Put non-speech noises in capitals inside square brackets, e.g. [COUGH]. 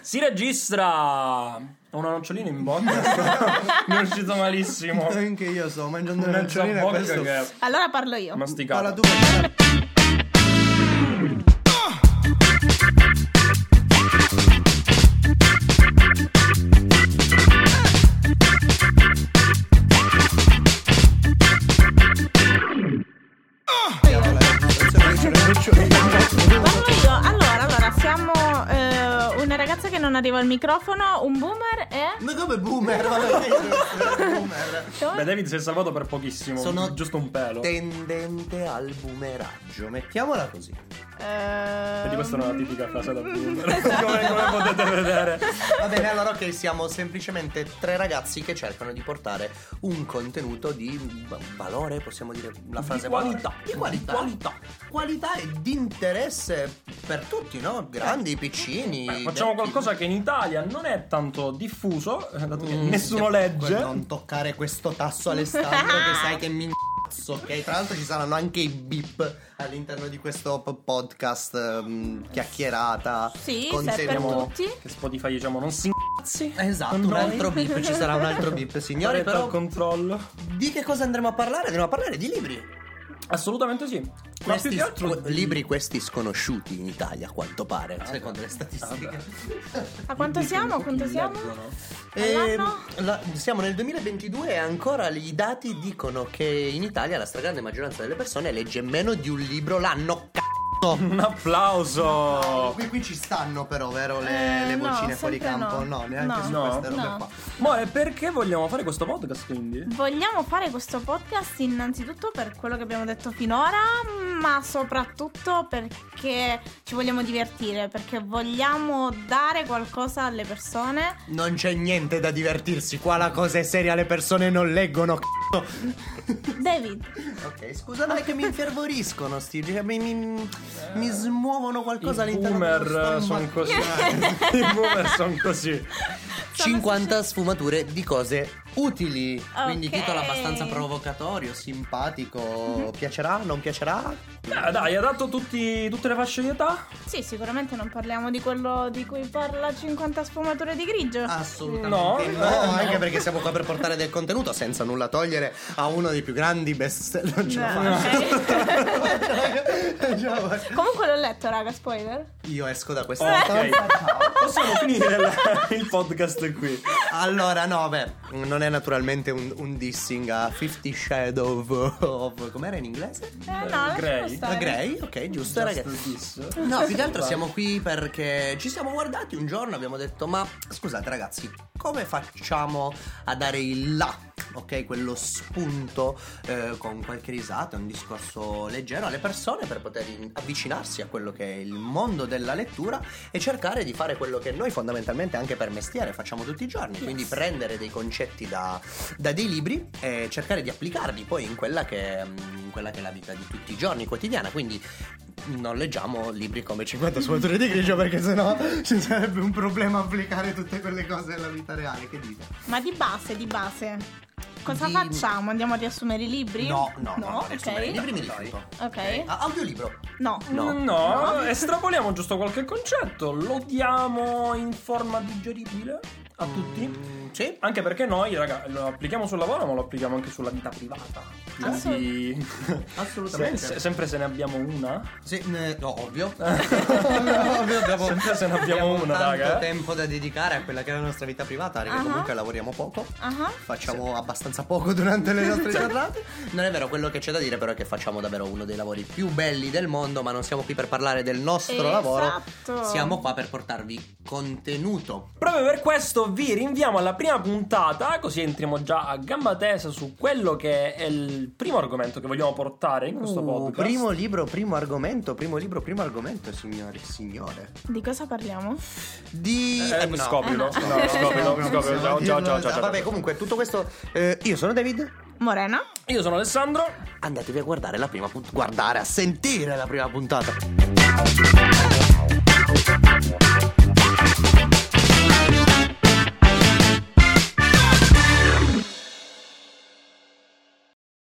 Si registra! Ho una nocciolina in bocca. [LAUGHS] Mi è uscito malissimo. Anche io sto mangiando le Mezza noccioline bocca questo. che è Allora parlo io. Parla masticata. tu. parla- Diavolo, eh, attenzione, mangiano le noccioline. Parlo io. Allora, allora, siamo eh, una ragazza che non arriva al microfono, un boomer e... Ma come boomer? Vabbè, io sono boomer. Beh, David si è salvato per pochissimo. Sono giusto un pelo. Tendente al boomeraggio, mettiamola così. Eh, Quindi questa è una tipica frase da [LAUGHS] boomer. come, come potete vedere. Va bene, allora ok, siamo semplicemente tre ragazzi che cercano di portare un contenuto di va- valore, possiamo dire la frase qualità. valore. Di qualità. qualità. Qualità e di interesse per tutti, no? Grandi, piccini. Beh, Facciamo vecchi. qualcosa che in Italia non è tanto diffuso, eh, dato che Mm, nessuno che- legge. Non toccare questo tasso Alessandro che sai che mi incazzo, ok? Tra l'altro ci saranno anche i beep all'interno di questo p- podcast ehm, chiacchierata. Sì, con se è per serio- tutti. Che Spotify, diciamo, non si incazzi. Esatto, con un noi. altro beep, ci sarà un altro beep, [LAUGHS] signori, Pareto al però controllo. di che cosa andremo a parlare? Andremo a parlare di libri. Assolutamente sì. Ma Questi più che altro que- libri questi sconosciuti in Italia, a quanto pare, secondo le statistiche. A [LAUGHS] quanto siamo? A quanto siamo? All'anno? Ehm, la- siamo nel 2022 e ancora i dati dicono che in Italia la stragrande maggioranza delle persone legge meno di un libro l'anno. C***o. Un applauso. Qui, qui ci stanno però, vero, Eh, le, le no, vocine fuori sempre campo? no. No, neanche No. su No. queste robe No. qua. Ma perché vogliamo fare questo podcast quindi? Vogliamo fare questo podcast innanzitutto per quello che abbiamo detto finora, ma soprattutto perché ci vogliamo divertire, perché vogliamo dare qualcosa alle persone. Non c'è niente da divertirsi, qua la cosa è seria, le persone non leggono c***o. David, Ok, scusa ma è che mi infervoriscono sti, cioè, mi, mi- mi smuovono qualcosa Eh, I all'interno boomer sono dello stomaco. così. [LAUGHS] I boomer sono così. Eh, 50 sfumature di cose utili. Quindi Ok. Mhm. titolo abbastanza provocatorio, simpatico. Piacerà, non piacerà? Beh, dai, ha dato tutti, tutte le fasce di età. sì, sicuramente non parliamo di quello di cui parla 50 sfumature di grigio. Ah, Assolutamente No. no, anche perché siamo qua per portare del contenuto senza nulla togliere a uno dei più grandi best non ce la No, faccio. [LAUGHS] ok. Già, guarda. Comunque l'ho letto, raga, spoiler. Io esco da questa Ok. stanza, ciao. Possiamo finire il, il podcast qui. Allora, no, beh, non è naturalmente un, un dissing a Fifty Shadow of, of- com'era in inglese? Eh no, lasciamo Grey. A stare. Grey, ok, giusto, ragazzi. Just this. No, più che altro siamo qui perché ci siamo guardati un giorno, abbiamo detto, ma scusate ragazzi, come facciamo a dare il là? Ok, quello spunto eh, con qualche risata, un discorso leggero alle persone per poter in- avvicinarsi a quello che è il mondo della lettura e cercare di fare quello che noi fondamentalmente anche per mestiere facciamo tutti i giorni, quindi prendere dei concetti da, da dei libri e cercare di applicarli poi in quella che, in quella che è la vita di tutti i giorni quotidiana, quindi non leggiamo libri come 50 sfumature di grigio perché sennò ci sarebbe un problema applicare tutte quelle cose alla vita reale, che dite? Ma di base, di base. Cosa Di- facciamo? Andiamo a riassumere i libri? No, no, no, no, ok. riassumere i libri mi rifiuto. Ok. Ah, audiolibro. No. No, estrapoliamo giusto qualche concetto, lo diamo in forma digeribile a tutti. Mm, sì. Anche perché noi, raga, lo applichiamo sul lavoro, ma lo applichiamo anche sulla vita privata. Quindi, se- [LAUGHS] Assolutamente. se- sempre se ne abbiamo una. Sì, eh, no, ovvio. [LAUGHS] ovvio abbiamo, Sempre se ne abbiamo una, tanto raga, eh. tempo da dedicare a quella che è la nostra vita privata, perché Ah. comunque lavoriamo poco. Ah, Facciamo abbastanza poco durante le [LAUGHS] nostre Cioè. giornate. Non è vero, quello che c'è da dire però è che facciamo davvero uno dei lavori più belli del mondo, ma non siamo qui per parlare del nostro Esatto. lavoro. Siamo qua per portarvi contenuto. Proprio per questo vi rinviamo alla prima puntata, così entriamo già a gamba tesa su quello che è il primo argomento che vogliamo portare in questo Uh, podcast. primo libro, primo argomento, primo libro, primo argomento, signori, signore. Di cosa parliamo? Di Eh, no. scoprilo, Eh, no. no, scoprilo, No, scoprilo, no, ciao, no, ciao, no, ciao, no, ciao, Vabbè, ciao. comunque tutto questo eh, io sono David. Morena. Io sono Alessandro. Andatevi a guardare la prima puntata, guardare, a sentire la prima puntata.